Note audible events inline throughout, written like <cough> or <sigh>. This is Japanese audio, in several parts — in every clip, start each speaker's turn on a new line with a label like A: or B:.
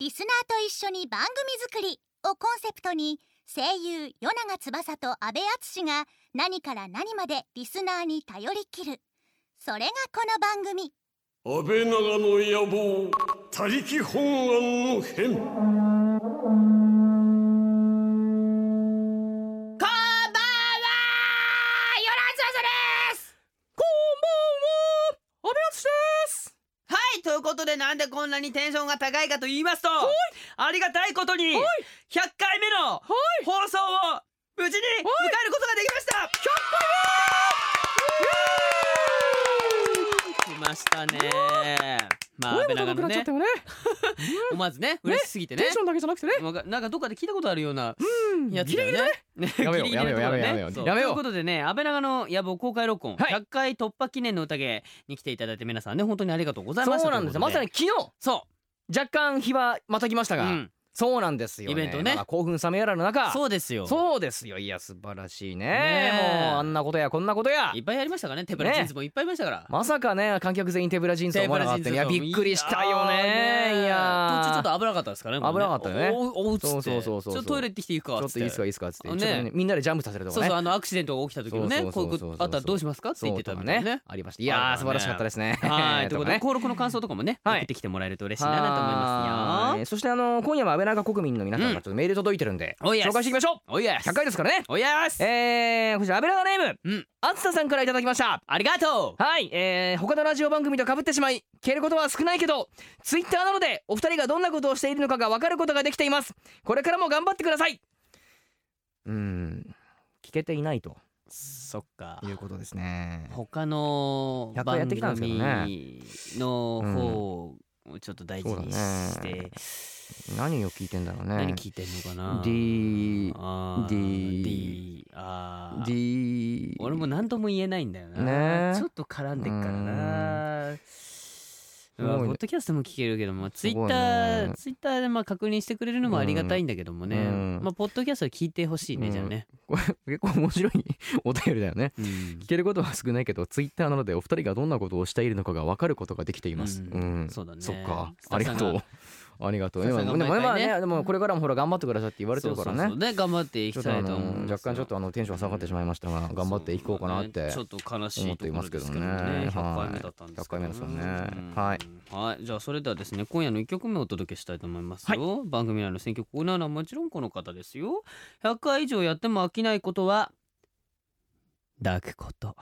A: リスナーと一緒に番組作り」をコンセプトに声優与永翼と阿部淳が何から何までリスナーに頼りきるそれがこの番組
B: 安倍長の野望他力本願の変
C: こんばんはよろずずです
D: こんばんは、阿部敦です。
C: はいということでなんでこんなにテンションが高いかと言いますとありがたいことに100
D: はい
C: 回目の
D: はい
C: 放送を無事に迎えることができました100回目来ましたねまあ安
D: 声
C: 倍
D: も
C: 長
D: 高くなっ
C: の
D: ちゃっ
C: ね
D: たよね。
C: 思わずね嬉しすぎてね
D: テンションだけじゃなくてね。
C: わかなんかどっかで聞いたことあるような
D: うん
C: やつだよね。
E: やめよう
C: ギリギリのところね
E: やめようやめよう
C: そう
E: やめよう
C: ということでね、安倍長の野望公開録音、
E: はい
C: 100回突破記念の宴に来ていただいて皆さんね本当にありがとうございました。
E: そうなんです
C: と
E: よ。
C: い
E: ま
C: うこと
E: さに昨日、
C: そ
E: 若干日はまた来ました
C: う。う
E: が、
C: ん、
E: そうなんですよ、ね。
C: イベントね
E: まだ興奮冷めやらの中、
C: そうですよ。
E: そうですよ。いや素晴らしいね。
C: ねえ
E: もうあんなことやこんなことや
C: い。っぱいやりましたからね。手ぶら
E: ね
C: ジーンズもいっぱいいましたから。
E: まさかね観客全員手ぶら人生思わなかったね。いや
C: 手ぶらジーンズそう
E: びっくりしたよ
C: いやー
E: ね。いやー
C: 途中ちょっと危なかったですからね。もう
E: 危なかったよね
C: おおおおうっつって。
E: そうそうそうそう
C: ちょっとトイレ行ってきていいか
E: ちょ
C: っ
E: っ
C: つ
E: といいですかいいですかっつって、ちょっとね
C: ね
E: みんなでジャンプさせると
C: そ
E: か
C: う
E: ね
C: そうあのアクシデントが起きた時もね
E: そう
C: こ
E: そうう
C: いこ
E: そううそう
C: とあったらどうしますかって言ってた
E: と
C: み
E: か
C: たいな
E: ね
C: ね。
E: ありましたいやー素晴らしかったですね <laughs>
C: はい、ということで、
E: かね
C: 登録の感想とかもね、
E: はい
C: 送ってきてもらえると嬉しいなと思います
E: は
C: よ
E: い。そしてあの今夜は安倍長国民の皆さんからちょっとメール届いてるんで、
C: おいや
E: 紹介していきましょ
C: おいや
E: う100回ですからね
C: おいやす
E: えー、こちら安倍長ネーム、
C: うん
E: あつたさんからいただきました
C: ありがとう
E: はい、えー、他のラジオ番組と被ってしまい消えることは少ないけどツイッターなのでお二人がどんなことをしているのかが分かることができていますこれからも頑張ってくださいうーん聞けていないと
C: そっか
E: いうことですね
C: 他の
E: 100回や
C: 番
E: ってきたんですけ
C: 組
E: どね
C: の方をちょっと大事にして、
E: そうだね何を聞いてんだろうね
C: 何聞いてんのかな
E: D
C: あー
E: D
C: D あー
E: D
C: 俺も何とも言えないんだよな、
E: ね
C: ちょっと絡んでっからなうわ
E: すごいね
C: ポッドキャストも聞けるけどもツイ
E: すご
C: ッ
E: い
C: ター、
E: ね
C: ツイッターでまあ確認してくれるのもありがたいんだけどもね、
E: うん
C: まあ、ポッドキャストで聞いてほしいね、
E: うん
C: じゃあね、
E: これ結構面白い <laughs> お便りだよね
C: うん
E: 聞けることは少ないけどツイッターなのでお二人がどんなことをしているのかが分かることができています、
C: う
E: うんん
C: そうだね
E: そっか
C: スタ
E: あ
C: ッフ
E: り
C: さん
E: が
C: が
E: とうあり
C: <laughs>
E: がとう
C: スタッ
E: で
C: フ
E: も
C: さんが毎回
E: でも今
C: ね
E: ねでもこれからもほら頑張ってくださいって言われてるか
C: そ
E: ら
C: うそうそ
E: ね
C: うね頑張ってい
E: ちょ
C: き
E: っと
C: た
E: あ
C: いと
E: の
C: 思うんです
E: 若干ちょっとあのテンション下がってしまいましたが頑張っていこうかなって、
C: そうだねちょっと悲しい
E: 思っ
C: と
E: てい
C: こ
E: ま
C: ろ
E: すけ
C: で
E: ど
C: す
E: ね
C: けどね100
E: は
C: 回
E: い
C: 目だったんですけど
E: 100回目です
C: う
E: ね
C: ん
E: はい
C: はいじゃあそれではですね今夜の一曲目をお届けしたいと思いますよ、番組内の選曲コーナーはもちろんこの方ですよ100回以上やっても飽きないことは抱くこと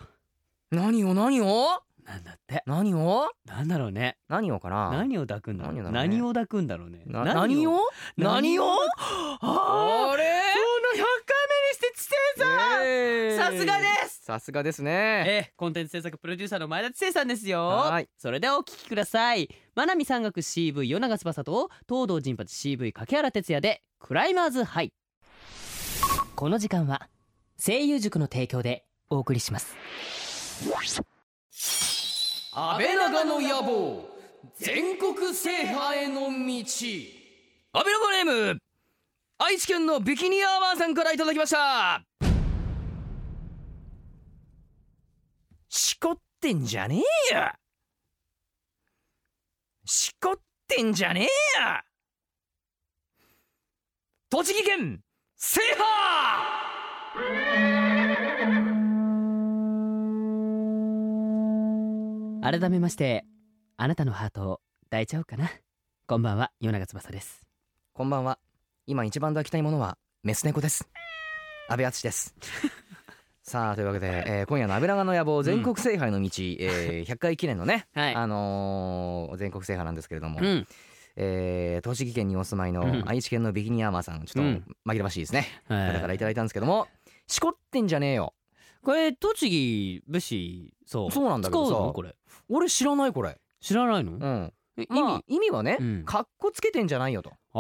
E: 何を何を
C: なんだって
E: 何を
C: なんだろうね
E: 何をかな
C: 何を抱くんだろう
E: 何をだろうね
C: 何を抱くんだろうね
E: な何を
C: 何
E: 何
C: を
E: を
C: あー
E: あれ
C: その100回目にしてちて
E: えー
C: さすがです
E: さすがですね
C: ええコンテンツ制作プロデューサーの前田知世さんですよ
E: はい
C: それではお聞きください真波山岳 CV 与永翼と東堂陣八 CV 掛原哲也でクライマーズハイこの時間は声優塾の提供でお送りします
E: 安倍長の野望全国制覇への道安倍長ネーム愛知県のビキニアーマンさんからいただきましたしこってんじゃねえよしこってんじゃねえよ栃木県制覇
C: 改めましてあなたのハートを抱いちゃおうかなこんばんは与永翼です
E: こんばんは。今一番抱きたいものはメス猫です。安倍敦です。さあというわけで、えー今夜の「安倍長の野望全国制覇への道」えー100回記念のね、
C: はい
E: あのー全国制覇なんですけれども、
C: うん
E: えー栃木県にお住まいの
C: うん
E: 愛知県のビキニアーマーさんちょ
C: う
E: っ
C: ん
E: と紛らわしいですね、
C: はい
E: だからいただいたんですけども「しこってんじゃねえよ
C: これ栃木武士そう
E: そうなんだけどさ
C: 使うのこれ
E: 俺知らないこれ」
C: 知らないの、
E: うん、
C: え
E: 意味
C: まあ
E: 意味はね、
C: うん
E: かっこつけてんじゃないよと、
C: あ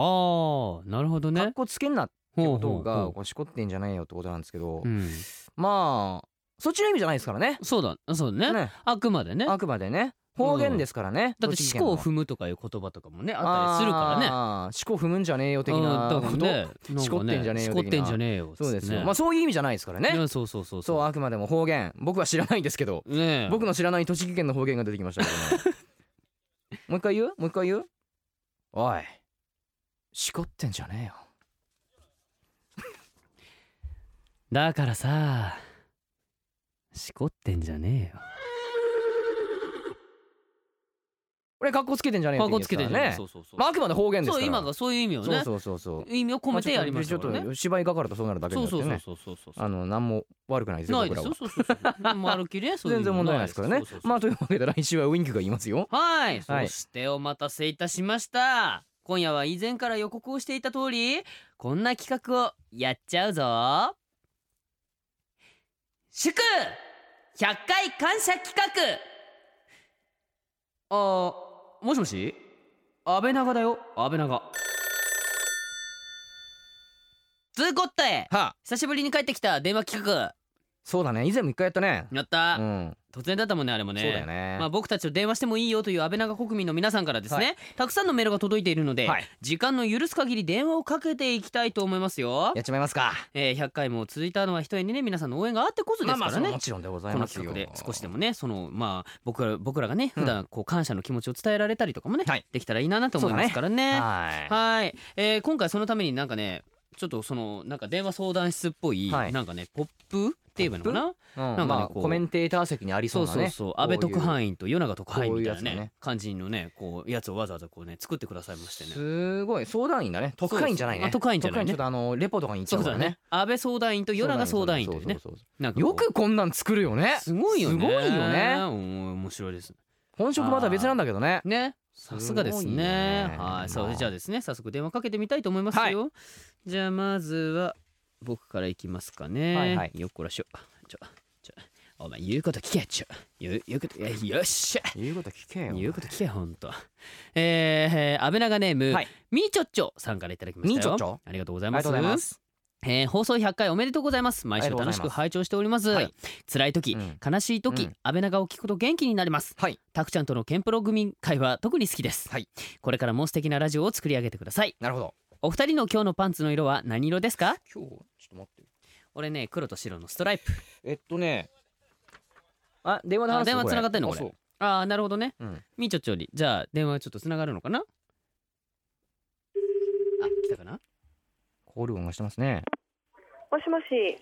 C: ーなるほどね
E: かっこつけんなって
C: ほ
E: こ
C: うほ
E: と
C: う
E: が
C: ほ
E: こうしこってんじゃねえよってことなんですけど、
C: ううん
E: まあそっちの意味じゃないですからね
C: そうだそうだね
E: ね
C: あくまでね
E: あくまでね方言ですからね、
C: だって
E: 栃
C: 四
E: 木県
C: 股
E: の
C: を踏むとかいう言葉とかもねあったりするからね
E: あー四股踏むんじゃねえよ的
C: うん
E: な
C: だからね
E: ことしこってんじゃねえよ
C: しこってんじゃねえよ
E: ことそうですよ、
C: ね
E: まあそういう意味じゃないですからね
C: ねそうそうそう
E: そうあくまでも方言僕は知らないんですけど
C: うねえ
E: 僕の知らない栃木県の
C: <laughs>
E: 方言が出てきましたけどももう一回言うもう一回言うおいしこってんじゃねえよ
C: だからさしこってんじゃねえよ
E: 俺格好つけてんじゃねえよ
C: かっこつけてんじゃねえそうそうそう、
E: まああくまで方言です
C: そ
E: か
C: う
E: ら
C: 今がそういう意味をね
E: そうそうそうそう
C: 意味を込めてやりましたか
E: あちょ
C: ら
E: っ
C: ね
E: と芝居がかるとそうなるだけ
C: そ
E: だ
C: う
E: って
C: そうそう
E: ね
C: そうそうそう
E: あの何も悪くないですよ
C: ない
E: 僕
C: です
E: らは
C: よそうそうそう丸きりねそういう
E: 全然問題ないですからね
C: そうそうそう
E: まあというわけで来週はウインクが言いますよ
C: はい、
E: はい
C: そしてお待たせいたしました今夜は以前から予告をしていた通りこんな企画をやっちゃうぞ祝100回感謝企画あーもしもし安倍長だよ安倍長つーこったえ
E: はあ
C: 久しぶりに帰ってきた電話企画
E: そうだね以前も一回やったね
C: やった、
E: うん
C: 突然だったもんねあれも
E: そう
C: ね
E: だよね
C: まあ、僕たちと電話してもいいよという安倍長国民の皆さんからですね、
E: は
C: たくさんのメールが届いているので、
E: はい
C: 時間の許す限り電話をかけていきたいと思いますよ
E: や、っちまいますか
C: えー、100回も続いたのはひとえにね皆さんの応援があってこそで
E: まあ
C: すか
E: ま
C: ら
E: あそれは
C: ね
E: もちろんでござい
C: こ
E: ま
C: の
E: すよ
C: 企画で少しでもねそのまあ僕ら僕らがね普段こう感謝の気持ちを伝えられたりとかもね、
E: はい
C: できたらいいななと思いますからね
E: はい
C: はい、えー今回そのためになんかねちょっとそのなんか電話相談室っぽい、
E: はい
C: なんかねポップって言えばいいのかな
E: う
C: な
E: ん
C: んかね
E: まあ
C: こう
E: コメンテーター席にあり
C: そう
E: そ
C: う
E: な
C: そう
E: ね
C: そう
E: こう
C: 安倍特
E: いう
C: 派員と与永特派員みたいな
E: こういうやつだ
C: ね
E: ね
C: 感じのねこうやつをわざわざこうね作ってくださいましてね
E: すごい相談員だね特派員じゃない
C: そう
E: ね
C: そうあ特派員じゃないね
E: 特派ちょっとあのレポとかに行っち
C: そ
E: ゃう
C: う
E: から
C: だ
E: ね
C: ね安倍相談員と与永相談員というね
E: そうそうそ
C: なん
E: う
C: かこう
E: よくこんなん作るよね
C: すごいよね
E: すごいよ
C: う
E: ね
C: ん面白いです
E: 本職また別なんだけどね
C: ねさすがです
E: すごい
C: ね
E: ね
C: はいさ
E: ま
C: あ
E: あ
C: じゃあですね早速電話かけてみたいと思いますよじゃあまずは僕からいきますか
E: はいは
C: ね
E: い
C: よっこらしょちょちょお前言うこと聞けちょ言う言うこといやよっしゃ
E: 言うこと聞けよ
C: 言うこと聞けよほんとえー、安倍長ネーム、
E: はい
C: みーちょっちょさんからいただきましたよ
E: みーちょっちょ
C: ありがとうござ
E: あ
C: い
E: り
C: ま
E: がと
C: す
E: うございます
C: えー放送100回おめでとうございます毎週楽しく拝聴しております
E: ありがとう
C: 辛い時、
E: うん
C: 悲しい時、
E: うん
C: 安倍長を聞くと元気になります
E: はい
C: たくちゃんとのケンプロ組会は特に好きです、
E: はい
C: これからも素敵なラジオを作り上げてください
E: なるほど
C: お二人の今日のパンツの色は何色ですか
E: 今日ちょっと待って
C: 俺ね黒と白のストライプ
E: えっとねあ電話で話
C: あ
E: す
C: 電話つながってんのこれ
E: あそう
C: ああなるほどね
E: うん
C: みーちょっちょりじゃあ電話ちょっとつながるのかなあ来たかな
E: コール音がしてますね
F: もしもし。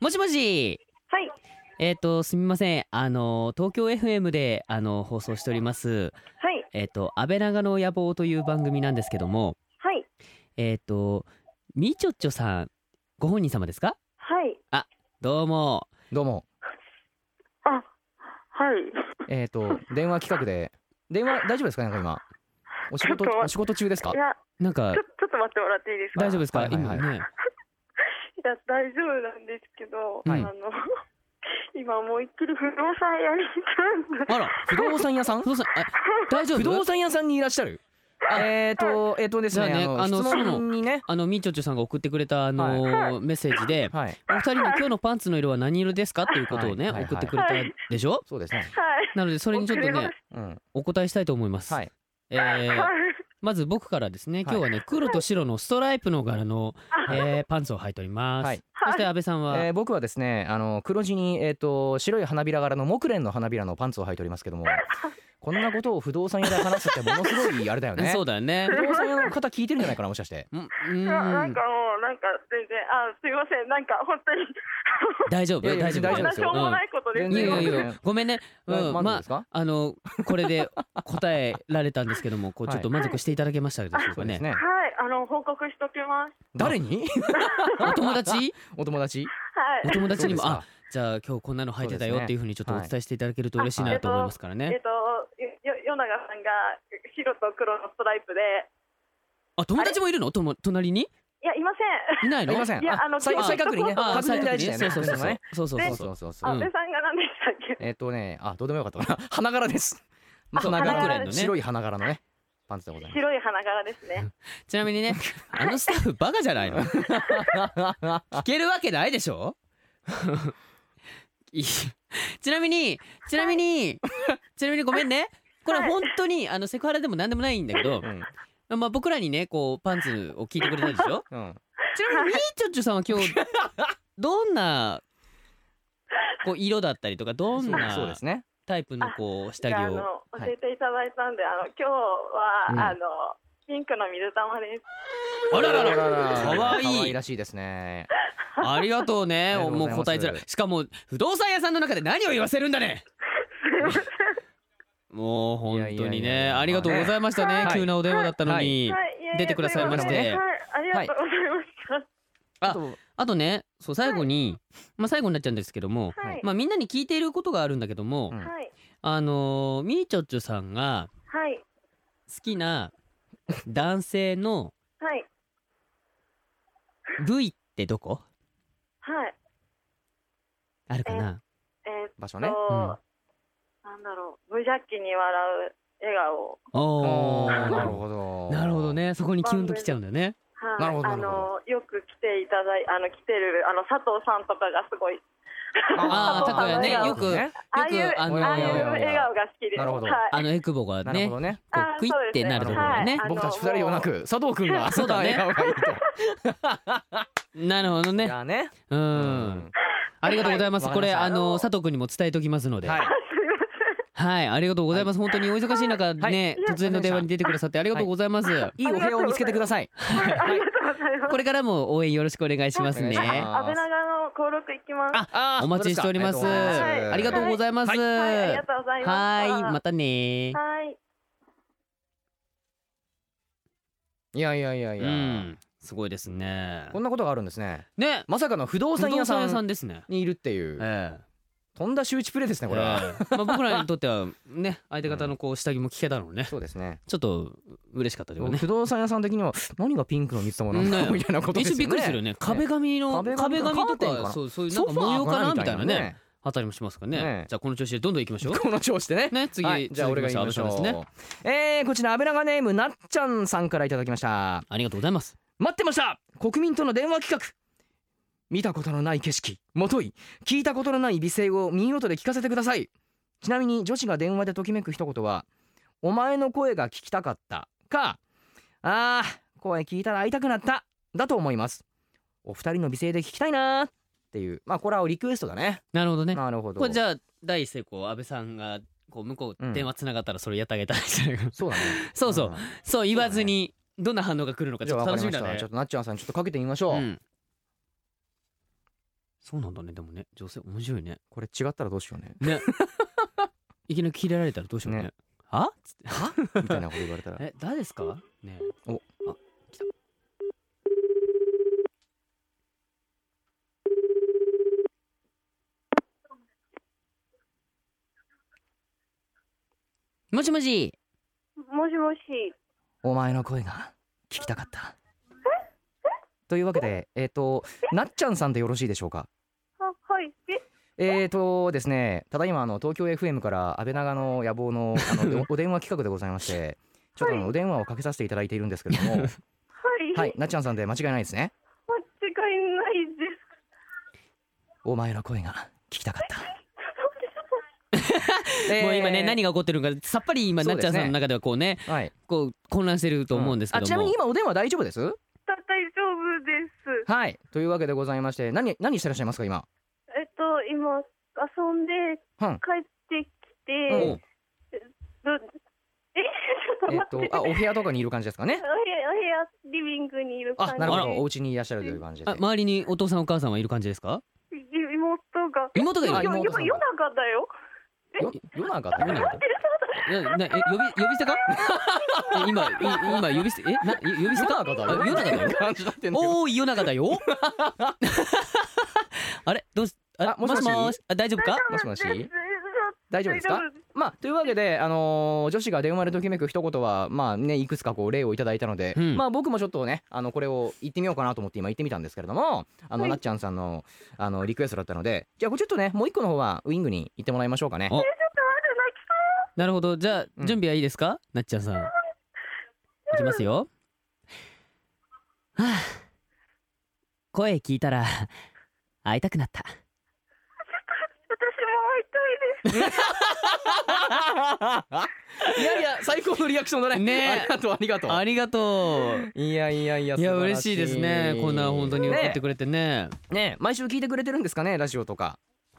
C: もしもし
F: はい。
C: えっ、とすみませんあの東京 FM であの放送しております
F: はい。
C: えっ、と「安倍長の野望」という番組なんですけども
F: はい。
C: えっ、とみちょっちょさんご本人様ですか
F: はい。
C: どうも
E: どうも
F: あ、はい。
E: えっと電話企画で電話大丈夫ですかねなんか今お仕事
F: ちょっと待って
E: お仕事中ですか
F: いや、
C: なんか
F: ちょ、ちょっと待ってもらっていいですか。
C: 大丈夫ですか、
E: はいはいはい
C: 今ね
F: いや、大丈夫なんですけど、
C: はい
F: あの。 <laughs> 今思いっきり不動産屋に行くんで。
C: あら
E: 不動産屋さん
C: 不動産あ大丈夫
E: 不動産屋さんにいらっしゃるえっとえっとですね
C: じゃあね
E: あ
C: あの
E: の質問にね
C: あのみちょっちょさんが送ってくれたあのメッセージで
E: はい
C: お二人の今日のパンツの色は何色ですかっていうことをね、
E: はいはいはい
C: 送ってくれたでしょ、
E: そうですね
F: はい。
C: なのでそれにちょっと
F: 送り
C: ね
F: ま
E: うん
C: お答えしたいと思います、
E: はい
C: えー
E: <laughs>
F: はい。
C: まず僕からですね今日はね黒と白のストライプの柄の、えーパンツを履いております、
E: はい
C: そして安倍さんは、
E: えー僕はですねあの黒地にえっと白い花びら柄の木蓮の花びらのパンツを履いておりますけどもこんなことを不動産屋で話すってものすごいあれだよ
C: <laughs>
E: ね
C: そうだよね
E: 不動産屋の方聞いてるんじゃないかなもしかして
C: うん
F: いやなんかもうなんか全然あすいませんなんか本当に
C: 大丈夫
E: いやいや
C: 大丈夫
E: 大丈
F: そん
E: 夫
F: な
E: です
F: し
E: よ
F: ょうもないことです
E: うん
C: い
E: 全
C: や
E: 然
C: い
E: いい
C: やいやごめんね、うん、
E: 満足
C: ま
E: ですか
C: あのこれで答えられたんですけどもこうちょっと満足していただけましたでしょう
E: そ
C: か
E: うです
C: ね
E: ね
F: はいあの報告しときます
E: 誰に <laughs>
C: お友達
E: お友達
F: は
C: お
F: い
C: 友達にも
E: そうです
C: あ
E: か
C: じゃあ今日こんなの履いてたよっていうふうにちょっとお伝えしていただけると嬉しい
F: は
C: ないと思いますから
F: え
C: ね
F: っとよよ夜長さんが白と黒のストライプで
C: あ友達もいるのとも隣に
F: いやいません
C: いない
E: あ
C: の
E: りません
F: いや
E: あ
F: あの
E: 再
F: 今日
E: 再
C: <laughs>
E: 確認ね
F: あ
E: 確認大事だよね
C: そうそうそうそうそうそう
E: そ
C: そううそ
E: そううそうそう
C: う
F: 安
C: ん
F: 倍さんが何でしたっけ、
E: えっとねあどうでもよかったかな <laughs> 花柄です
C: まあ
E: 花柄
F: 花柄
C: ですね
E: 白い花柄のねパンツでございます
F: 白い花柄ですね。
C: ちなみにねあのスタッフバカじゃないの聞けるわけないでしょいいちなみにちなみにちなみにごめんねこれは本当にあのセクハラでも何でもないんだけど
E: うん
C: まあ僕らにねこうパンツを聞いてくれたでしょ
E: うん
C: ちなみにみーちょっちょさんは今日どんなこう色だったりとかどん
E: そうそう
C: な
E: ですね
C: タイプのこう下
F: じゃああ
C: 着を
F: の
C: はい
F: 教えていただいたんで、あの今日は、
E: うん
F: あのピンクの水玉です。
C: あららら
E: 可
C: かわいい
E: 愛いらしいですね。
C: ありがとうね
E: ありがとう
C: も
E: ご
C: う
E: ざいます
C: 答えづらいしかも不動産屋さんの中で何を言わせるんだねもう本当に
E: いやいやいやい
C: ね
E: や
C: ありがとうございましたね
E: はい
C: 急なお電話だったのに
F: はいいやいや、
C: 出てくださいまし
F: という
C: て
F: ことではい、ありがとうございまし
C: あ
E: あと
C: あとねそう最後にまあ最後になっちゃうんですけども
F: た。はい、
C: まあみんなに聞いていることがあるんだけども
E: うん
F: はい、
C: あのーみーちょっちょさんが
F: はい、
C: 好きな男性の
F: はい、
C: 部位ってどこ
F: はい、
C: あるかな
F: えーっ
E: 場所
F: と、
E: ね。
F: なんだろう、無邪気に笑う笑顔。
C: お
E: あーなる
C: ー
E: ほど。
C: なるほど。ねそこにキュンときちゃうんだよね
F: はい、
E: なるほど
F: あ
E: なるほ
F: のよく来ていただいあの来てるあの佐藤さんとかがすごい
C: あーたこやねよく
E: ね
F: ああいう
C: よくあのー
F: ああいう笑顔が好きです。
E: なるほど
F: はい、
C: あのエクボが
E: なる
C: ね
E: ほどね。
C: こ
F: あ
C: うクイ
F: そう
C: っ
F: です
C: て
F: ね
C: なるところだよね
F: はいあの
E: 僕たち二人ではなく佐藤くん
C: <laughs>
E: が
C: そうだね
E: 笑顔がいいと。
C: なるほどね
E: じゃあね。
C: う。
E: うん
C: ありがとうございます
E: はい
C: これ
E: わか
C: あ
E: り
F: ました
C: の佐藤君にも伝えておきますので
E: はい。
C: はいありがとうございます本当にお忙しい中ね
E: はい
C: 突然の電話に出てくださってありがとうございます
E: いいお部屋を見つけてください。
F: ありがとうございます。
C: これからも応援よろしくお願いします
E: お願いし
C: ね
E: ま
F: 安倍長の登録行きます。
C: あ
E: あー
C: お待ちしております
E: そうですか
F: はい
C: ありがとうございます
F: はい、ありが
C: は
F: とうございま
C: ー
F: す。
C: いまたね
F: はい。
E: いやいやいやいうや。
C: んすごいですね
E: こんなことがあるんですね。
C: ね
E: まさかの不動
C: 不
E: 産
C: 動
E: 屋
C: 産
E: さ
C: 屋さ
E: ん
C: んですね
E: にいるっていう。
C: ええ
E: とんだ周知プレイですねこれは。
C: ええまあ僕らにとってはね相手方のこう下着も聞けたのね
E: そうですね。
C: ちょっと嬉しかったけどね
E: 不動産屋さん的には何がピンクの水玉なんだろ
C: ね
E: うみたいなことで
C: 一
E: すよ
C: 瞬び
E: ね。
C: っくりするよね壁紙の
E: 壁
C: 壁
E: 紙
C: 紙
E: か
C: と
E: カーテンか
C: か
E: な
C: そうそういうな
E: ソ
C: ん
E: フ
C: か
E: ァー
C: 模様かなみたいなね
E: ね。
C: あたりもしますか
E: ね
C: ねじゃあこの調子でどんどん行きましょう
E: この調子でね。
C: <laughs> ね次
E: はい、じゃあ
C: 続
E: 俺
C: き
E: が
C: まして
E: 言いましょ
C: 安倍
E: う。
C: さんですね
E: えーこちら安倍長ネームなっちゃんさんからいただきました。
C: ありがとうございます
E: 待ってました国民との電話企画見たことのない景色もとい聞いたことのない美声を耳元で聞かせてくださいちなみに女子が電話でときめく一言は「お前の声が聞きたかった」か「あー声聞いたら会いたくなった」だと思いますお二人の美声で聞きたいなーっていうまあこれはリクエストだね
C: なるほどね
E: なるほど
C: これじゃあ第一声こう安倍さんがこう向こ
E: うん
C: う電話つながったらそれやってあげたいじゃないかな
E: そうだね
C: そうそうん <laughs> そう言わずにどんな反応が来るのかち
E: じ
C: ょ
E: ゃ
C: っと
E: あ分か
C: 楽
E: り
C: し
E: ま
C: みだね
E: した、ちょっとなっちゃんさんちょっとかけてみましょう、
C: うんそうなんだねでもね女性面白いね
E: これ違ったらどうしようね <laughs>
C: ねいきなり切れられたらどうしようね
E: ね
C: あつって
E: みたいなこと言われたら
C: え誰ですかねえ
E: お
C: あ来たもしもし
F: もしもし。
E: お前の声が聞きたかった。というわけで、えっ、と、なっちゃんさんでよろしいでしょうか。
F: あ、はい。え、
E: えっ、とですね、ただいまあの東京 FM から安倍長の野望のあの
C: <laughs>
E: おお電話企画でございまして、ちょっとあのお電話をかけさせていただいているんですけれども、
C: <laughs>
F: はい。
E: はい、なっちゃんさんで間違いないですね。
F: 間違いないです。
E: お前の声が聞きたかった。
C: もう今ね何
E: が、
C: が起こってるのかさっぱり今
E: そ
C: な
E: う
C: っ
E: で
C: ちゃ
E: すね
C: んさんの中ではこうね
E: はい、
C: こう混乱してると思うんですけども、
E: あちなみに今お電話大丈夫です
F: だ大丈夫です。
E: はいというわけでございまして何何してらっしゃいます
C: <laughs>
E: か今
F: えっと、今、遊んで
E: うん
F: 帰ってき
E: お
F: て、
E: う
F: どえ、ちょっと
E: えっ
F: 待
E: と
F: って。
E: あお部屋とかにいる感じですかね
F: お部屋、お部屋、リビングにいる感
E: あ
F: じ。
E: なるほどお
F: ど。
E: 家にいらっしゃるという感じで
C: あ周りにお父さんお母さんはいる感じですか
F: 妹が。
C: 妹がい
E: あ
C: る
F: よ、よ、
E: 妹さん
F: 夜中だよ。
E: よ夜中だ夜 <laughs> 中だ
C: ななえ呼び呼び捨てか <laughs> え今い今呼び捨てえな呼び捨てか
E: 夜中だ
C: あ夜中だよ
E: 感じだってんだけど
C: おーい夜中だ
E: <laughs>
C: よあれどうしあ
E: あもしもし
C: あ大丈夫か
E: もしもし
F: 大丈
E: 大丈夫ですか
F: 大丈夫
E: まあというわけであのー女子が電話でときめく一言はまあねいくつかこう例をいただいたので、
C: うん
E: まあ僕もちょっとねあのこれを言ってみようかなと思って今言ってみたんですけれどもあの、
F: はい
E: なっちゃんさんのあのリクエストだったのでじゃあこれちょっとねもう一個の方はウイングに行ってもらいましょうかね
C: お
F: 泣き
C: なるほどじゃあ
E: うん
C: 準備はいいですかなっちゃんさんいきますよはあ声聞いたら会いたくなった
F: 私も会いたいです。
E: いやいや最高のリアクションだね
C: ね
E: ありがとうありがと
C: あ
E: う
C: りがと
E: いやいやいや
C: ういや
E: 素晴
C: 嬉
E: ら
C: しいですねこんな本当に送ってくれてね
E: ねね毎週聞いてくれてるんですかねラジオとか
F: あ、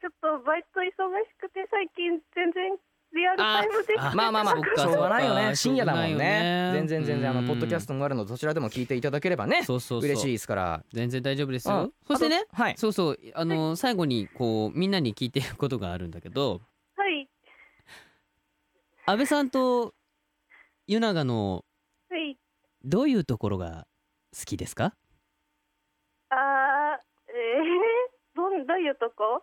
F: ちょっとバイト忙しくて最近全然リアルタイムで
C: あ
E: まあまあ <laughs> ま
C: そっ
E: あ
C: か
E: しょうがないよ
C: そっ
E: ね
C: か
E: 深夜だも
C: しょ
E: ん
C: うがないよ
E: ね
C: ね
E: 全然全然あ
C: うん
E: のポッドキャストもあるのでどちらでも聞いていただければね
C: そうそうそう
E: 嬉しいですから
C: 全然大丈夫です
E: う
C: よ
E: ん
C: そしてね
E: あとはい
C: そうそうあの最後にこうみんなに聞いてることがあるんだけど
F: はい
C: 安倍さんと与永の
F: はい
C: どういうところが好きですか
F: あーえー、どんどういうとこ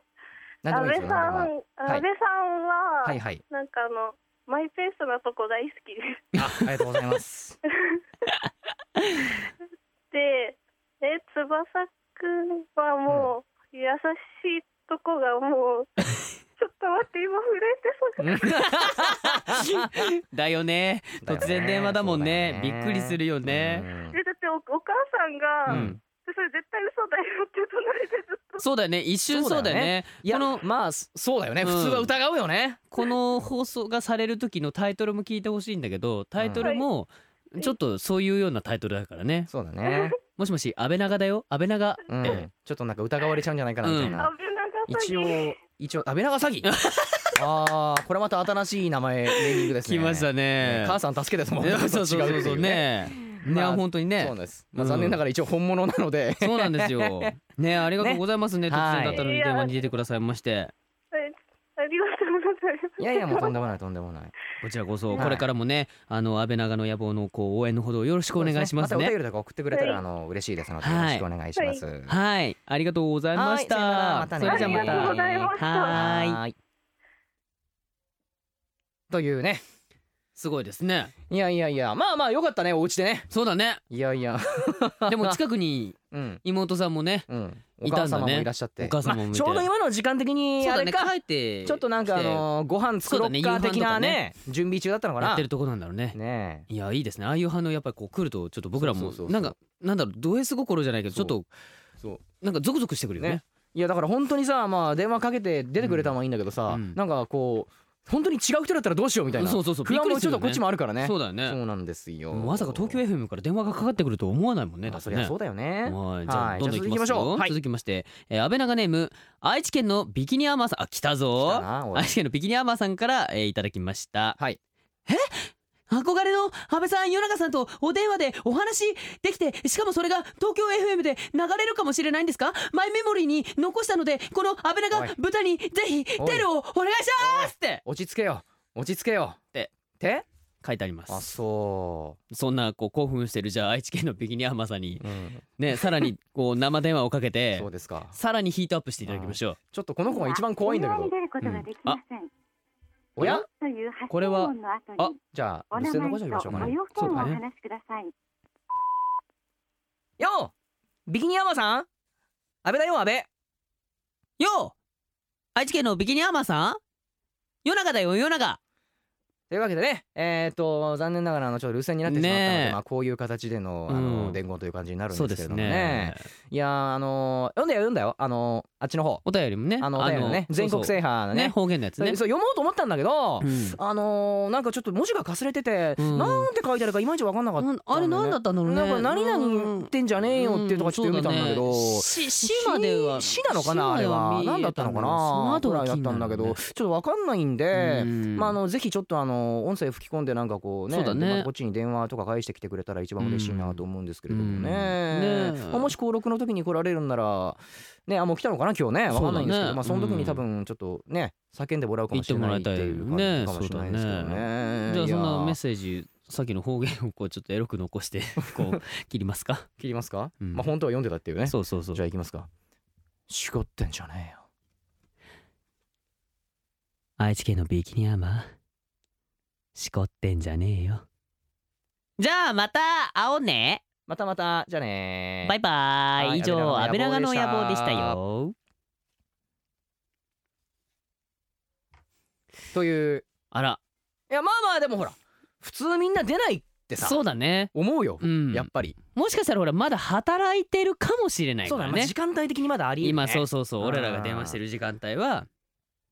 E: 何でもいい
F: 安
E: です
F: 倍
E: よ
F: さん
E: 何でもはい
F: 安倍さんは、
E: はいはい
F: なんかあのマイペースなとこ大好きで
E: あありがとうございます
F: すでえ翼くんはもう、優しいとこが
E: <laughs>
F: もうちょっと待って今震えてそう
C: だよね
E: だよね
C: <laughs> 突然電話だもんね
E: そうだよ
C: びっくりするよね
E: うん
F: えだっておお母さんが、
C: うん
F: それ絶対嘘だよって隣でずっと
C: そうだよね一瞬そうだよね
E: いや
C: この
E: まあそそうだよね
C: うん
E: 普通は疑うよね
C: この放送がされる時のタイトルも聞いてほしいんだけどタイトルも
F: い
C: ちょっとそういうようなタイトルだからね
E: そうだね
C: もしもし安倍長だよ安倍長
E: うん
C: ええ
E: ちょっとなんか疑われちゃうんじゃないかなみたいな
F: 安倍長さ
E: 一
F: んに
E: 応一応安倍長
C: <laughs>
E: 詐欺ああこれまた新しい名前ネーミングですね
C: 来ましたね
E: ね母さん助けですもん
C: いや <laughs> そうそうそうそうねね
E: まあ
C: 本当に
E: そうな
C: ね
E: んですまあ残念ながら一応本物なので
C: そうなんですよねありがとうございますね
E: ね
C: 突然だったの
F: はい
C: に電話に出てくださいまして
F: はいありがとうございます
E: いやいやもうとんでもないとんでも <laughs> ない
C: こちらこ
E: は
C: そ
E: い
C: これからもねあの安倍長の野望のこう応援のほどよろしくお願いします
E: たお
C: ね
E: 便りとか送ってくれたらあの嬉しいですのでよろしくお願いします
C: はいありがとうございまし
E: は
C: た
E: いさよならまた
C: そ
E: ね
C: れじゃまた
F: ありがとうございました
C: はーい
E: いというね
C: すごいですね
E: いやいやいやまあまあよかったねお家でね
C: そうだね
E: いやいや
C: でも近くに
E: <laughs> うん
C: 妹さんも
E: <laughs>
C: ね
E: うんお
C: いた
E: 母
C: んだね
E: 様もいらっしゃって
C: お母様もいて
E: まあちょうど今の時間的に
C: そう
E: あ
C: だね
E: れか
C: 帰って
E: ちょっとなんかあのご飯作ろっか的なね準備中だったのか
C: やっ
E: な
C: てるとこなんだろうね
E: ねえ
C: いやいいですねああいう反応やっぱりこう来るとちょっと僕らも
E: そうそうそうそう
C: なんかなんだろうド S 心じゃないけどち
E: そ
C: ょ
E: う
C: っと
E: そう
C: なんかゾクゾクしてくるよね
E: ねいやだから本当にさまあ電話かけて出てくれたのはいいんだけどさ、
C: うん
E: なんかこう本当に違う人だったらどうしようみたいな
C: そうそうそう
E: 不安
C: びっく
E: も
C: り
E: ち
C: す
E: ょっ
C: る
E: と
C: よね
E: こっちもあるからね
C: そうだよ
E: そ
C: ね
E: うなんですよ
C: まさか東京 FM から電話がかかってくると思わないもんね
E: ま
C: だ
E: あ
C: って
E: そりゃ
C: ね
E: そうだよね
C: はい、じゃ
E: は
C: あ
E: い
C: どんどん行きます
E: じゃあ続きましょ
C: よ
E: うはい
C: 続きまして、えー、安倍長ネーム愛知県のビキニアーマーさんあ来たぞ
E: 来たなおい
C: 愛知県のビキニアーマーさんから、えーいただきました
E: はい
C: え憧れの安倍さん与永さんとお電話でお話できてしかもそれが東京 FM で流れるかもしれないんですかマイメモリーに残したのでこの安倍
E: おい
C: 長豚にぜひテルをお願いしますって
E: 落ち着けよ落ち着けよってて
C: 書いてありま
E: あ
C: す
E: そ
C: そんなこう興奮してるじゃあ愛知県のビキニアーマーさんに
E: う、うん、
C: ねさら
E: <laughs>
C: にこう生電話をかけて
E: そうですか
C: さらにヒートアップしていただきましょう
E: ちょっとこの子が一番怖いんだけど
G: 電話に出ることができません。
E: おや
G: という発
C: これは
G: 信音の後に
C: あ
E: じゃあ
G: お
E: 留守
G: 名
E: 電
G: 前
E: 残しておきまし
G: と
E: ょうか
G: ご
E: ね
G: 用件をお
C: そうだね
G: 話しください。
E: ようビキニアマさん安倍だよ安倍
C: よう愛知県のビキニアーマーさん夜中だよ夜中
E: というわけでねえっ、と残念ながらあのちょっと留守電になってしまったので、
C: ねえ
E: まあ、こういう形でのあの、
C: うん
E: 伝言という感じになるんですけれどもねいやーあのー読んだよ読んだよあのーあっちの方
C: お便りもね
E: あのお便りのね全国制覇の
C: 覇
E: ね
C: ね方言のやつ
E: そ
C: ね
E: れそう読もうと思ったんだけど、
C: うん
E: あのーなんかちょっと文字がかすれてて、
C: うん
E: なんて書いてあるかいまいち分かんなかったんだよね、
C: あれ何だったんだろうね
E: なんか何々言ってんじゃねえよっていうとかちょっと読めたんだけど、
C: ししまでは
E: しなのかなあれは何だったのかな
C: その後
E: ぐ
C: が
E: らい
C: 気
E: だっ
C: にな
E: た
C: る
E: んだけど
C: ね
E: ちょっと分かんないんで、
C: うん
E: まああのぜひちょっとあの音声吹き込んでなんかこうね
C: そうだね
E: またこっちに電話とか返してきてくれたら一番嬉しいなと思うんですけれどもね,、
C: うんねえ
E: まあもし登録の時に来られるんならねあもう来たのかな今日ね分かんないんですけど
C: そうだね
E: まあその時
C: う
E: に
C: ん
E: 多分ちょっとね叫んでもらうかもしれないっていう感じかもしれないですけど
C: 言って
E: ね
C: もらいたいじゃあそんなメッセージさっきの方言をこうちょっとエロく残してこう切りますか
E: 切りますか、
C: うん
E: まあ本当は読んでたっていうね
C: そうそうそう
E: じゃあ行きますかしごってんじゃねえよ
C: 愛知県のビキニアーマーしこってんじゃねえよじゃあまた会おうね
E: またまたじゃあね
C: バイバーイ、
E: はい
C: 以上安倍
E: 安倍
C: 長
E: 長
C: の
E: の
C: 野
E: 野
C: 望
E: 望
C: で
E: で
C: し
E: した
C: たよ
E: という
C: あら
E: いやまあまあでもほら普通みんな出ないってさ
C: そうだね
E: 思うよ、
C: うん
E: やっぱり、
C: もしかしたらほらまだ働いてるかもしれない
E: そ
C: か
E: うだ
C: ら
E: ね、まあ
C: ね
E: 時間帯的にまだありえる、ね、
C: 今そうそうそう
E: うん
C: 俺らが電話してる時間帯は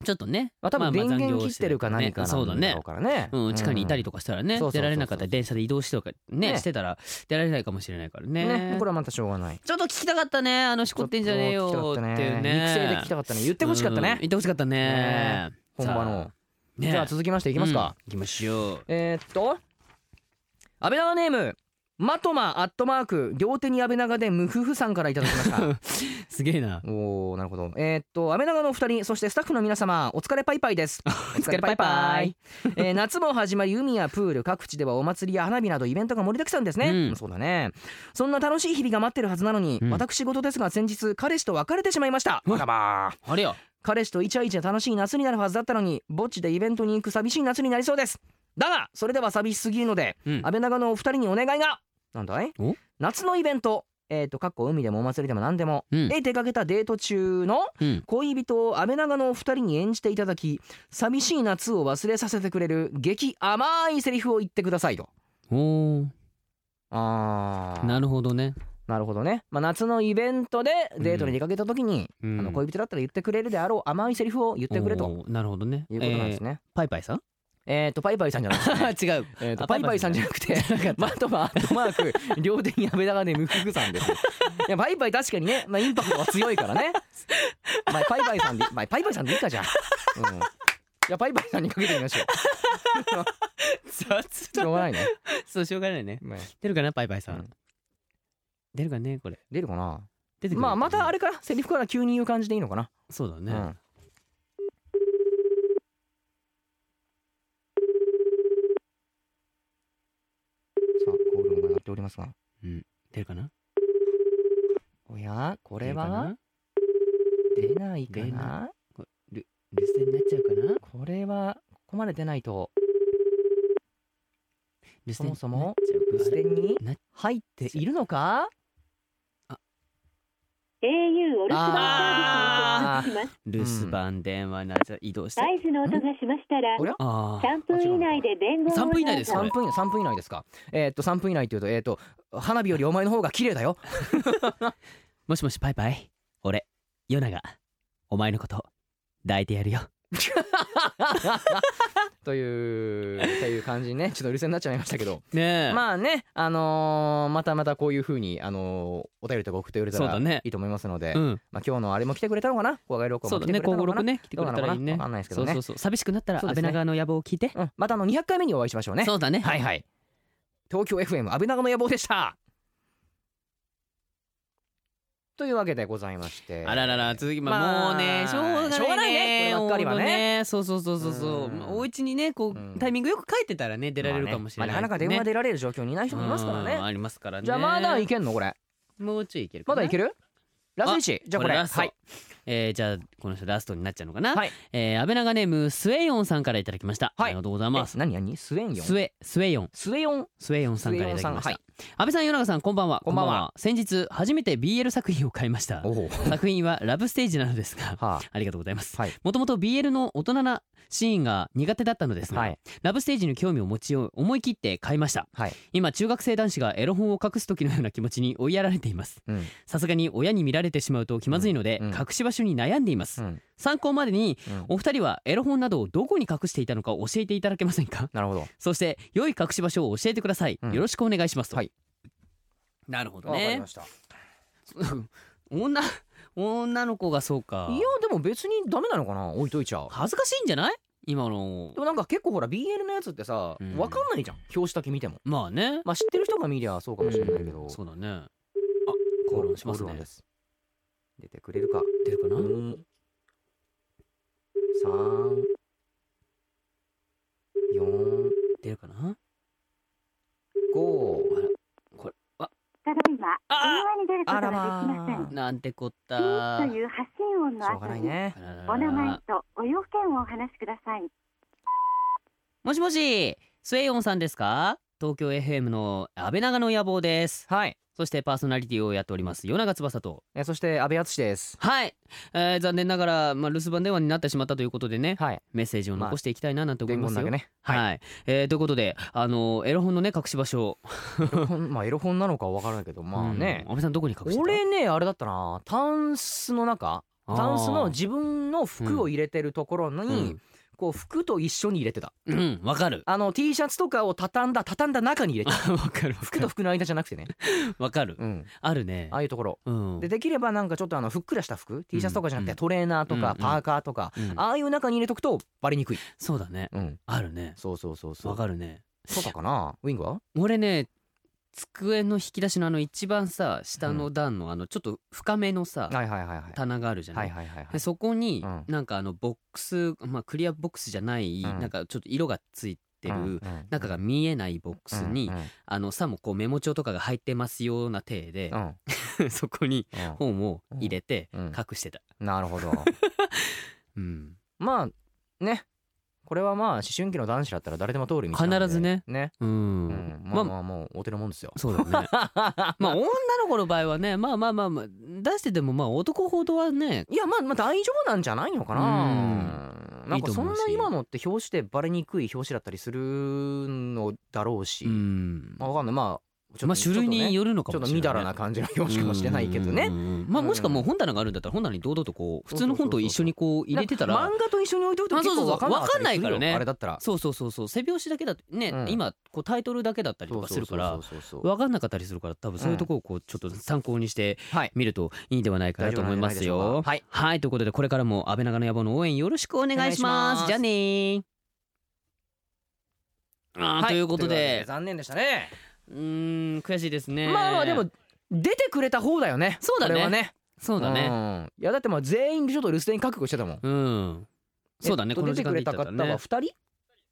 C: ちょっとね
E: まあ多分電
C: 残業
E: 源
C: を
E: 切ってるか何か
C: ねそうだ
E: なんだ
C: ね
E: ろうからね
C: うん、地下にいたりとかしたらね、
E: そうそうそうそ
C: 出
E: う
C: られなかったり電車で移動してとかね
E: ね
C: してたら出られないかもしれないからね
E: ねこれはまたしょうがない
C: ちょっと聞きたかったねあのしこってんじゃねえよ
E: ちょ
C: っ
E: っと
C: て
E: 聞きた
C: いう
E: かった
C: ね
E: 肉声で聞きたかったね言ってほしかった
C: うん
E: ね
C: 言ってほしかったね
E: ね本場
C: さ
E: の
C: あねえ
E: じゃあ続きましていきますか、
C: うん行きましょう
E: えーっと安倍長ネームマトマアットマーク両手に安倍長で無夫婦さんからいただきました
C: <laughs> すげえな
E: おーなるほどえーっと安倍長のお二人そしてスタッフの皆様お疲れパイパイです
C: <laughs>
E: お疲
C: れパイパイ
E: れパイパイ、えー夏も始まり海やプール各地ではお祭りや花火などイベントが盛りだくさんですね、
C: うん
E: そうだねそんな楽しい日々が待ってるはずなのに、
C: うん
E: 私事ですが先日彼氏と別れてしまいましたあらまあ
C: あれや
E: 彼氏とイチャイチャ楽しい夏になるはずだったのにぼっちでイベントに行く寂しい夏になりそうですだがそれでは寂しすぎるので、
C: うん
E: 安倍長のお二人にお願いがなんだい
C: お
E: 夏のイベントえー、とかっこ海でもお祭りでも何でも、
C: うん
E: で出かけたデート中の
C: うん
E: 恋人を安倍長のお二人に演じていただき寂しい夏を忘れさせてくれる激甘いセリフを言ってくださいと
C: おー
E: あー
C: なるほどね
E: なるほどね、まあ、夏のイベントでデートに出かけた時に、
C: うん
E: あの恋人だったら言ってくれるであろう甘いセリフを言ってくれと
C: おーなるほどね
E: いうことなんですね。
C: えーパイパイさん
E: えっ、とパイパイさんじゃなくて、
C: <laughs> 違う
E: <laughs> えーと
C: あ
E: パイパイさんじゃなくてマトマアットマーク両手に安倍長でムフフさんです。いやパイパイ確かにね、まあインパクトが強いからね。まあパイパイさんで、まあパイパイさんでいいかじゃあ。うん。じゃあパイパイさんにかけてみましょう。
C: 雑 <laughs>
E: しょうがないね。
C: そうしょうがないね
E: まあ
C: 出るかなパイパイさん、
E: うん
C: 出るかねこれ
E: 出るかな。
C: 出てくる
E: まあまたあ
C: れ
E: れからセリフから急に言う感じでいいのかな。
C: そうだね、
E: うん。さあコールも鳴っておりますが、
C: 出るかな
E: おやこれ
C: 出るか
E: は
C: な
E: 出ないか
C: 出
E: な
C: な。留守電になっちゃうかな
E: これはここまで出ないと
C: 留守
E: そ
C: 電にな
E: も
C: っち
E: そ
C: ゃ
E: も
C: うか
E: 留守電に
C: な
E: 入っているのか
G: au お留守番サービスにご接続します。
C: 留守番電話な移動して、
G: 合図の音がしましたら
E: お、や
C: ああ
G: 3分以内で伝言を
C: 3分以内ですか
E: 3分3分以内ですかえーっと3分以内というとえーっと花火よりお前の方が綺麗だよ
C: もしもしパイパイ俺ヨナがお前のこと抱いてやるよ
E: というという感じにねちょっとうるせになっちゃいましたけど
C: ねえ
E: まあねあのーまたまたこういう風にあのーお便りとか送ってくれた
C: そう
E: ら
C: だね
E: いいと思いますので、
C: うん
E: まあ今日のあれも来てくれたのかな小賀旅行
C: そう
E: も
C: だ
E: 来てく
C: ね
E: れた
C: 高五
E: のか
C: 六
E: な
C: ね来てくれたらいいね
E: どうなのかなわかんないですけどね
C: そうそうそう寂しくなったら
E: そう
C: 安
E: です
C: 倍
E: ね
C: 長の野望を聞いて
E: うん、またあの200回目にお会いしましょうね
C: そうだね
E: はいはい東京 FM 安倍長の野望でしたというわけでございまして
C: あららら続きまあ、
E: まあ
C: もうねしょうがないね
E: しょうがないねこればっかりはね
C: ほんとそうそうそうそうそううんまあお家にねこ
E: うん
C: うタイミングよく帰ってたらね出られるかもしれない
E: まあねまあなかなか電話
C: 出
E: 出られる状況にいない人もいますからね
C: ありますからね
E: じゃあまだいけんのこれ
C: もうちょいいけるか
E: ま
C: な
E: だいけるラスイチじゃあこれ
C: ラスト
E: はい
C: えーじゃあこの人ラストになっちゃうのかな
E: はい
C: えー、安倍長ネームスウェイヨンさんからいただきました、
E: はい
C: ありがとうございます
E: え何何スウェンヨン
C: スウェスウェイヨン
E: スウェヨン
C: スウェイヨンさんからいただきました、
E: スウェイヨン
C: 安倍さん与永さんこんばんは
E: こんばんは
C: 先日初めて BL 作品を買いました
E: おお
C: 作品はラブステージなのですが
E: は
C: ありがとうございます
E: あはい
C: もともと BL の大人なシーンが苦手だったのですが、
E: はい
C: ラブステージに興味を持ちよう思い切って買いました
E: はい
C: 今中学生男子がエロ本を隠す時のような気持ちに追いやられています
E: うん
C: さすがに親に見られてしまうと気まずいので、
E: うんうん
C: 隠し場所に悩んでいます、
E: うん
C: 参考までに
E: うん
C: お二人はエロ本などをどこに隠していたのか教えていただけませんか <laughs>
E: なるほど
C: そして良い隠し場所を教えてください、
E: うん
C: よろしくお願いしますと、
E: はい
C: なるほど
E: わかり
C: ね
E: ましたい
C: 女女の子がそうか
E: やでも別にダメなのかな置いといちゃう
C: 恥ずかしいんじゃない今の
E: でもなんか結構ほら BL のやつってさ
C: うん
E: わかんないじゃん表紙だけ見ても
C: まあね
E: まあ知ってる人が見りゃそうかもしれないけど
C: そうだねあコール音します
E: コール音
C: ね
E: です出てくれるか
C: 出るかな、
E: 2 3 4
C: 出るかな
E: 5
G: ただいま、電話に出ること
E: あら
G: ができません
E: ま。
C: なんてこっ
G: ピ
C: た
G: ーという発信音
E: あ
G: の
E: しょう
G: 後
E: がない
G: に、
E: ね
C: あららら
G: お名前とお要件をお話しください。
C: もしもしスエヨンさんですか東京 FM の安倍長の野望です
E: はい
C: そしてパーソナリティをやっております与永翼と
E: えそして安倍敦です
C: はい、えー残念ながら、まあ、留守番電話になってしまったということでね
E: はい
C: メッセージを残していきたいななんて思い
E: 伝
C: ま
E: 言
C: す
E: だ
C: よ、
E: けね
C: はい、えーということであのエロ本のね隠し場所
E: ほ <laughs> んまあエロ本なのかわからないけどまあね
C: うん安倍さんどこに隠してた
E: 俺ねあれだったなタンスの中
C: あー
E: タンスの自分の服を入れてるところ
C: う
E: に
C: ん
E: こう服と一緒に入れてた
C: うんわかる <laughs>
E: あの T シャツとかを畳んだ畳んだ中に入れてた
C: わかるわか
E: 服と
C: る
E: 服の間じゃなくてね、
C: わかる
E: うん、
C: あるね
E: ああいうところ
C: うん
E: でできればなんかちょっとあのふっくらした服 T シャツとかじゃなく
C: う
E: て
C: ん
E: トレーナーと
C: うんう
E: か
C: ん
E: パーカーとか
C: うん
E: ああいう中に入れとくとバレにくい、
C: そうだね
E: うん、
C: あるね
E: そうそうそうそう
C: わかるね
E: そうだかなウィングは
C: 俺ね机の引き出しのあの一番さ下の段のあのちょっと深めのさ
E: はいはいはいはいは
C: 棚があるじゃないい
E: はいはいは
C: で
E: い
C: そこに
E: うん
C: なんかあのボックスまあクリアボックスじゃない
E: うん
C: なんかちょっと色がついてる中が
E: が
C: 見えないボックスに
E: うん
C: あのさもこうメモ帳とかが入ってますような体で
E: うん
C: <laughs> そこに
E: うん
C: 本を入れて
E: うん
C: 隠してた
E: なるほど
C: うん
E: まあねこれはまあ思春期の男子だったら誰でも通る道なんで
C: 必ずね
E: ね
C: う
E: うんんま
C: まあ
E: あまあもうお手のもんですよ
C: そうだ
E: <laughs>
C: よねまあ女の子の場合はねまあまあまあまあ出しててもまあ男ほどはね
E: いやまあまあ大丈夫なんじゃないのかなな
C: い
E: んかそん
C: いと思う
E: な
C: し
E: 今のって表紙でバレにくい表紙だったりするのだろうし、
C: うん
E: まあわかんないまあちょっと
C: まあ種類によるのか
E: ちょっ
C: も
E: と
C: しれない
E: みだらな感じの表紙かもしれないけど
C: う
E: ね
C: んうんうんうんまあもしくはもう本棚があるんだったら本棚に堂々とこう普通の本と一緒にこう入れてたら
E: 漫画と一緒に置いておくと
C: まあ
E: 結
C: そうそうそ
E: 構
C: う
E: わかんなかったりするよ
C: わかんないからね
E: あれだったら
C: そうそうそうそう背表紙だけだとね
E: うん
C: 今こうタイトルだけだったりとかするから
E: そうそうそうそう
C: 分かんなかったりするから多分そういうとこをこうちょっと参考にして
E: はい
C: 見るといいんではないかなと思いますよ
E: 大丈夫なんじゃないでしょうかはい
C: ということでこれからも安倍長の野望の応援よろしくお願いします
E: お願いします
C: じゃあねーあー、
E: は
C: ということで
E: 残念でしたね
C: うーん悔しいですね
E: まあまあでも出てくれた方だよね
C: そうだね
E: これはね
C: そうだね
E: ねいやだってまあ全員でちょっと留守電覚悟してたもん
C: うんそうだね
E: えっと
C: この時
E: 出てく
C: 間
E: れ
C: で
E: た
C: 言っちゃっ
E: 方
C: た
E: は
C: ね
E: 2人2人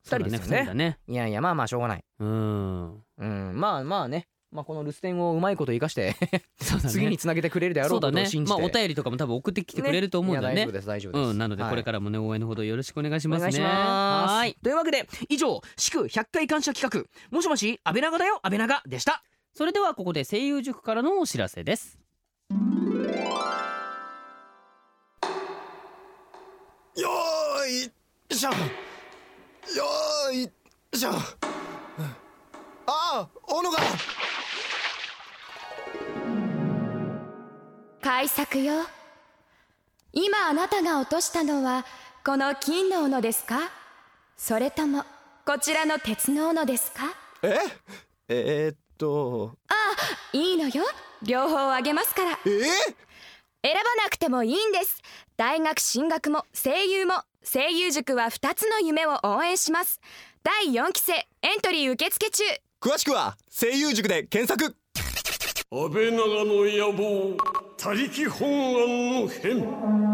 C: そうだ
E: で
C: ね
E: す
C: 二
E: よね
C: 人だね
E: いやいやまあまあしょうがない
C: うん
E: うんまあまあねまあこの留守電をうまいこと生かして
C: <laughs> そうだね
E: 次につなげてくれるであろ
C: そうう
E: こ
C: だ
E: とを
C: ね
E: 信じ
C: まあ
E: て
C: お便りとかも多分送ってきてくれると思うんだよ
E: いや
C: ね
E: 大丈夫です大丈夫です
C: うんなのでこれからもね応援のほどよろしくお願いし
E: お
C: ますね
E: 願いします
C: はーい
E: というわけで以上祝100回感謝企画もしもし安倍長だよ安倍長でした
C: それではここで声優塾からのお知らせです
B: よーいしょよーいしょああ斧が
H: 改作よ今あなたが落としたのはこの金の斧ですかそれともこちらの鉄の斧ですか
B: ええー、っと
H: いいのよ両方あげますから
B: えー、
H: 選ばなくてもいいんです大学進学も声優も声優塾は2つの夢を応援します第4期生エントリー受付中
I: 詳しくは声優塾で検索
B: 安倍長の野望他力本願の変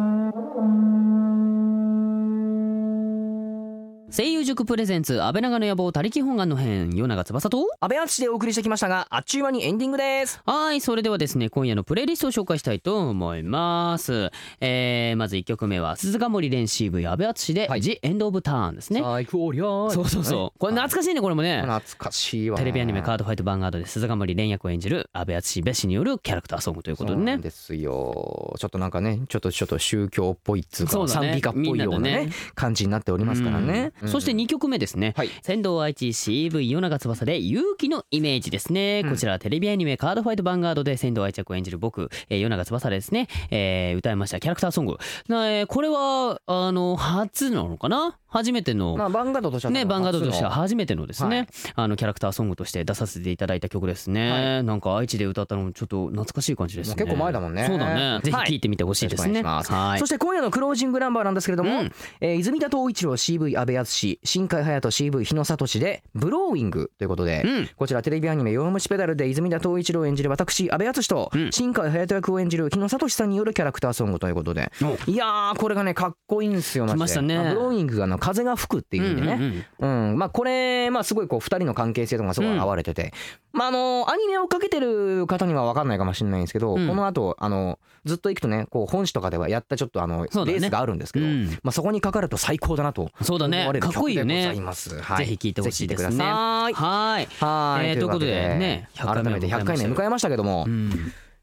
C: 声優塾プレゼンツ安倍長の野望他力本願の編与永翼と
E: 安倍淳でお送りしてきましたがあっちゅう間にエンディングです
C: はいそれではですね今夜のプレイリストを紹介したいと思います、えー、まず1曲目は鈴鹿森練習部安倍淳で「
E: はい
C: The End of Turn」ですね
E: 最高りゃ
C: そうそうそうこれ懐かしいねこれもね
E: 懐かしいわ
C: テレビアニメ「カードファイトバンガード」で鈴鹿森蓮役を演じる安倍淳べ氏によるキャラクターソングということで
E: そうな
C: ね
E: んですよちょっとなんかねちょっとちょっと宗教っぽいっつう
C: そ
E: か
C: うだね
E: 賛美歌っぽいような
C: みんな
E: ね
C: でね
E: 感じになっておりますからね、
C: うんそして2曲目ですね、
E: はい
C: 仙道愛知 CV 与永翼で勇気のイメージですね、
E: うん
C: こちらはテレビアニメ「カードファイトヴァンガード」で仙道愛知役を演じる僕、えー、与永翼でですね、えー歌いましたキャラクターソングな、えーこれはあの初なのかな初めての、
E: まあバンガードとしては
C: ね、バンガードとしては初めてのですね、
E: はい
C: あのキャラクターソングとして出させていただいた曲ですね、なんか愛知で歌ったのもちょっと懐かしい感じですね
E: もう結構前だもんね
C: そうだねぜひ聴いてみてほしいですね、
E: よろしくお願いします
C: はい
E: そして今夜のクロージングナンバーなんですけれども、
C: うん
E: えー泉田藤一郎 CV 安部淳新海隼人 CV 日野聡で「ブローイング」ということで、
C: うん
E: こちらテレビアニメ「弱虫ペダル」で泉田藤一郎を演じる私安部淳と、
C: うん
E: 新海隼人役を演じる日野聡さんによるキャラクターソングということでいやーこれがねかっこいいんですよマジで
C: 来ましたね
E: あブローイングがあの風が吹くっていう意味でね、
C: うんうんうん
E: うん、まあこれ、まあすごいこう二人の関係性とかがすごい現れてて、まああの、アニメをかけてる方には分かんないかもしれないんですけど、
C: うん
E: この後、あの、ずっと行くとね、こう本誌とかではやったちょっとあの、レ
C: そうだね
E: ースがあるんですけど、
C: うん
E: まあそこにかかると最高だなと
C: そうだね
E: 思われる
C: かっこいいよね
E: 曲でございます。は
C: ぜひ聞いてほしいですね
E: ぜひ聞てください
C: はい
E: はい、
C: えーということでね100
E: 改
C: 回目
E: めて100回目迎えましたけども、
C: うん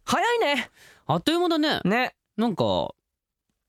E: 早いね
C: あっという間だね
E: ね、
C: なんか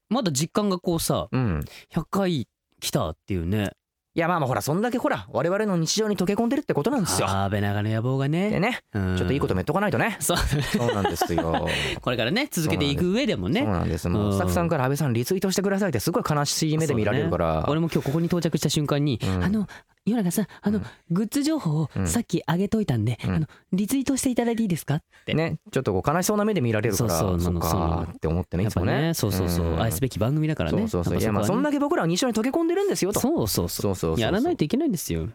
C: まだ実感がこうさ
E: うん、
C: 100回来たっていうね
E: いやまあまあほらそんだけほら我々の日常に溶け込んでるってことなんですよ。
C: 安倍長の野望がね
E: でね
C: ちょ
E: ちょっといいことも言っとかないとね。
C: そう
E: <laughs> そうなんですよ。
C: これからね続けていく上でもね
E: そうなんです。もうスタッフさんから安倍さんリツイートしてくださいってすごい悲しい目で見られるか
C: そう
E: ら
C: だね。俺も今日ここに到着した瞬間に、
E: うん
C: あの夜中さんあの、グッズ情報をさっき上げといたんで、
E: うん
C: あのリツイートしていただいていいですかって
E: ね、ちょっとこう悲しそうな目で見られるから
C: そうそう
E: そっ
C: そうなの
E: かって思ってね
C: やっ
E: いつ
C: ぱ
E: も
C: ね
E: ね
C: そうそうそう、
E: ん
C: 愛すべき番組だからね
E: そうそうそうい
C: や
E: や
C: っぱ
E: まあそ
C: こは
E: ん
C: ね
E: だけ僕らは日常に溶け込んでるんですよとそう
C: そうそうそう
E: そうそう
C: やらないといけないんですよ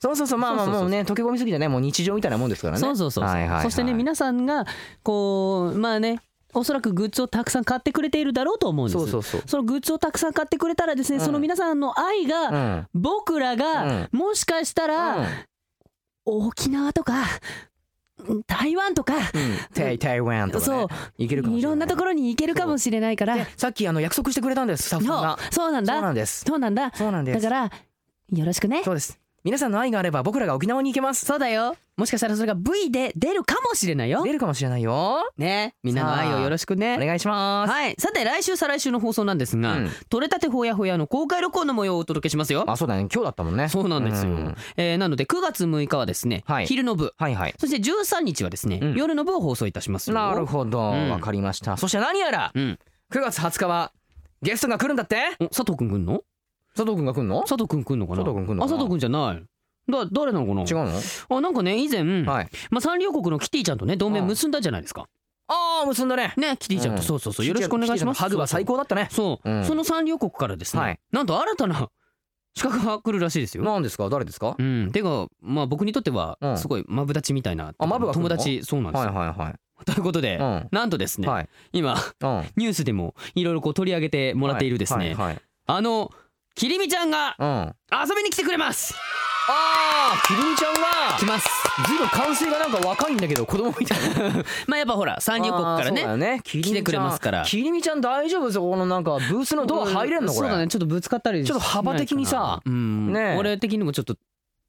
E: そうそうそうまあまあ
C: そうそうそう
E: もうね溶け込みすぎてねもう日常みたいなもんですからね
C: そうそうそうそう、
E: はいはいはい
C: そしてね皆さんがこうまあねおそらくグッズをたくさん買ってくれているだろうと思うんです
E: そうそうそう
C: そのグッズをたくさん買ってくれたらですね、
E: うん
C: その皆さんの愛が、
E: うん
C: 僕らが、もしかしたら、沖縄とかうん台湾とか、
E: うん台台湾とかね
C: そう
E: いけるかもしれない
C: いろんなところに行けるかもしれないから
E: でさっきあの約束してくれたんですスタッフさん
C: そ
E: が
C: うそうなんだ
E: そうなんです
C: そうなんだ
E: そうなんで
C: だ
E: す
C: からよろしくね
E: そうです皆さんの愛があれば僕らが沖縄に行けます
C: そうだよもしかしたらそれが V で出るかもしれないよ
E: 出るかもしれないよ
C: ねみんなの愛をよろしく
E: お
C: ね
E: 願いします
C: はいさて来週再来週の放送なんですが、
E: うん
C: 取れたてほやほやの公開録音の模様をお届けしますよ
E: あそうだね今日だったもんね
C: そうなんですよ、えーなので9月6日はですね、
E: はい
C: 昼の部
E: はいはい
C: そして13日はですね、
E: うん
C: 夜の部を放送いたしますよ
E: なるほどわ、
C: うん
E: かりましたそして何やら、
C: うん
E: 9月20日はゲストが来るんだって
C: お佐藤くんくんの
E: 佐藤くんが来るの
C: 佐藤くんくんのかな
E: 佐藤くん来んの
C: あ
E: か
C: 佐
E: な
C: 藤くんじゃないだ誰なのかな
E: 違うの、
C: あなんかね以前、
E: はい
C: まあ、サンリオ国のキティちゃんとね同盟
E: うん
C: 結んだじゃないですか
E: ああ結んだね
C: ねキティちゃんと、
E: うん
C: そうそうそうよろしくお願いします
E: ハグは最高だったね
C: そう、
E: うん
C: そのサンリオ国からですね、
E: はい
C: なんと新たな資格が来るらしいですよ
E: 何ですか誰ですか、
C: うん、てかまあ僕にとっては
E: うん
C: すごいマブダチみたいな、
E: あマブが来る
C: 友
E: の
C: 達そうなんです
E: はい
C: よ、
E: はいはい
C: ということで、
E: うん
C: なんとですね、
E: はい
C: 今
E: うん
C: ニュースでもいろいろこう取り上げてもらっているですね、
E: はいはいはい
C: あのきりみちゃんが
E: うんあ
C: 遊びに来てくれます
E: あーキリンちゃんが
C: 来ます
E: ずいぶん完成がなんか若いんだけど子供みたいな
C: <laughs> まあやっぱほらサンリオ国から
E: あーそうだよ
C: ね
E: ねキリンちゃ
C: 来て
E: ん
C: くれますから
E: キリンちゃん大丈夫そこのなんかブースのドア入れんのこ
C: そう
E: れ
C: だねちょっとぶつかったり
E: ちょっと幅的にさ
C: しないかなうん、
E: ねえ
C: 俺的にもちょっと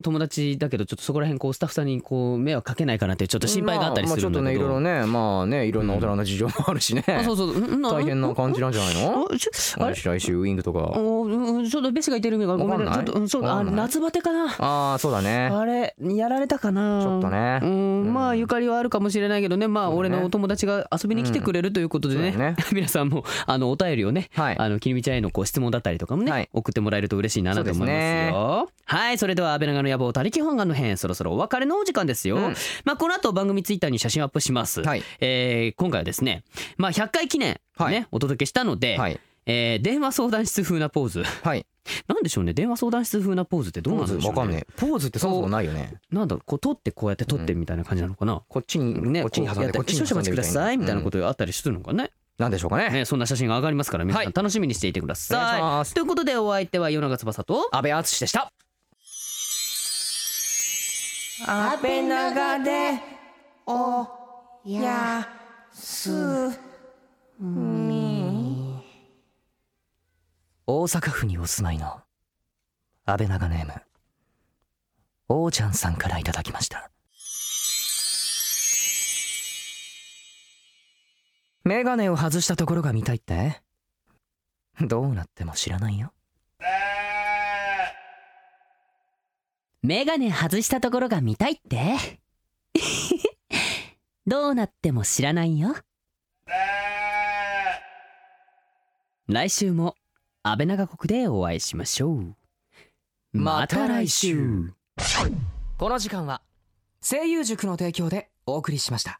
C: 友達だけどちょっとそこら辺こうスタッフさんにこう迷惑かけないかなってちょっと心配があったりするんだけど、
E: まあまあちょっとねいろいろねまあねいろんな
C: うん
E: 大人の事情もあるしね、
C: あそうそううんうん
E: 大変な感じなんじゃないの
C: あちょあれ
E: 来週ウイングとか
C: おうんちょっとベスがいてる意味がごめんねちょっ
E: わかんない
C: とうんそう
E: わ
C: あ
E: かんない
C: 夏バテかな
E: ああそうだね
C: あれやられたかな
E: ちょっとね
C: うん
E: うん
C: まあゆかりはあるかもしれないけどねまあ
E: そうだ
C: 俺
E: ね
C: のお友達が遊びに来てくれるということでね,、
E: うんそうだね
C: <laughs> 皆さんもあのお便りをね、
E: はい
C: あのきりみちゃんへのこう質問だったりとかもね、
E: はい
C: 送ってもらえると嬉しいななと思いますよはいそれでは安倍長の野望たりき本願の編そろそろお別れのお時間ですよ、
E: うん
C: まあこの後番組ツイッターに写真をアップします、
E: はい
C: えー今回はですねまあ100回記念ね、
E: はい
C: お届けしたので、
E: はい
C: えー電話相談室風なポーズ
E: はい
C: なんでしょうね電話相談室風なポーズってどう
E: ポ
C: な
E: ー
C: んでしょうね
E: ズわかんねえポーズってそもそもないよね
C: なんだろうこう取ってこうやって取ってみたいな感じなのかな、
E: こっちに
C: ね、
E: こっちに挟
C: や
E: ん
C: っ
E: で
C: た
E: こ
C: り
E: っちに
C: 少々お待ちくださいみたいなこととがあったりするのかね,、
E: なんでしょうかね
C: ねそんな写真が上がりますから皆さ
E: は
C: ん
E: い
C: 楽しみにしていてくだ
E: お願い
C: さい、
E: します
C: ということでお相手は夜長翼と
E: 安倍敦でした
A: 安倍長でおや
E: 大阪府にお住まいの安倍長ネームおーちゃんさんからいただきましたメガネを外したところが見たいってどうなっても知らないよ
C: メガネ外したところが見たいって <laughs> どうなっても知らないよ来週も安倍長国でお会いしましょうまた来週
E: この時間は声優塾の提供でお送りしました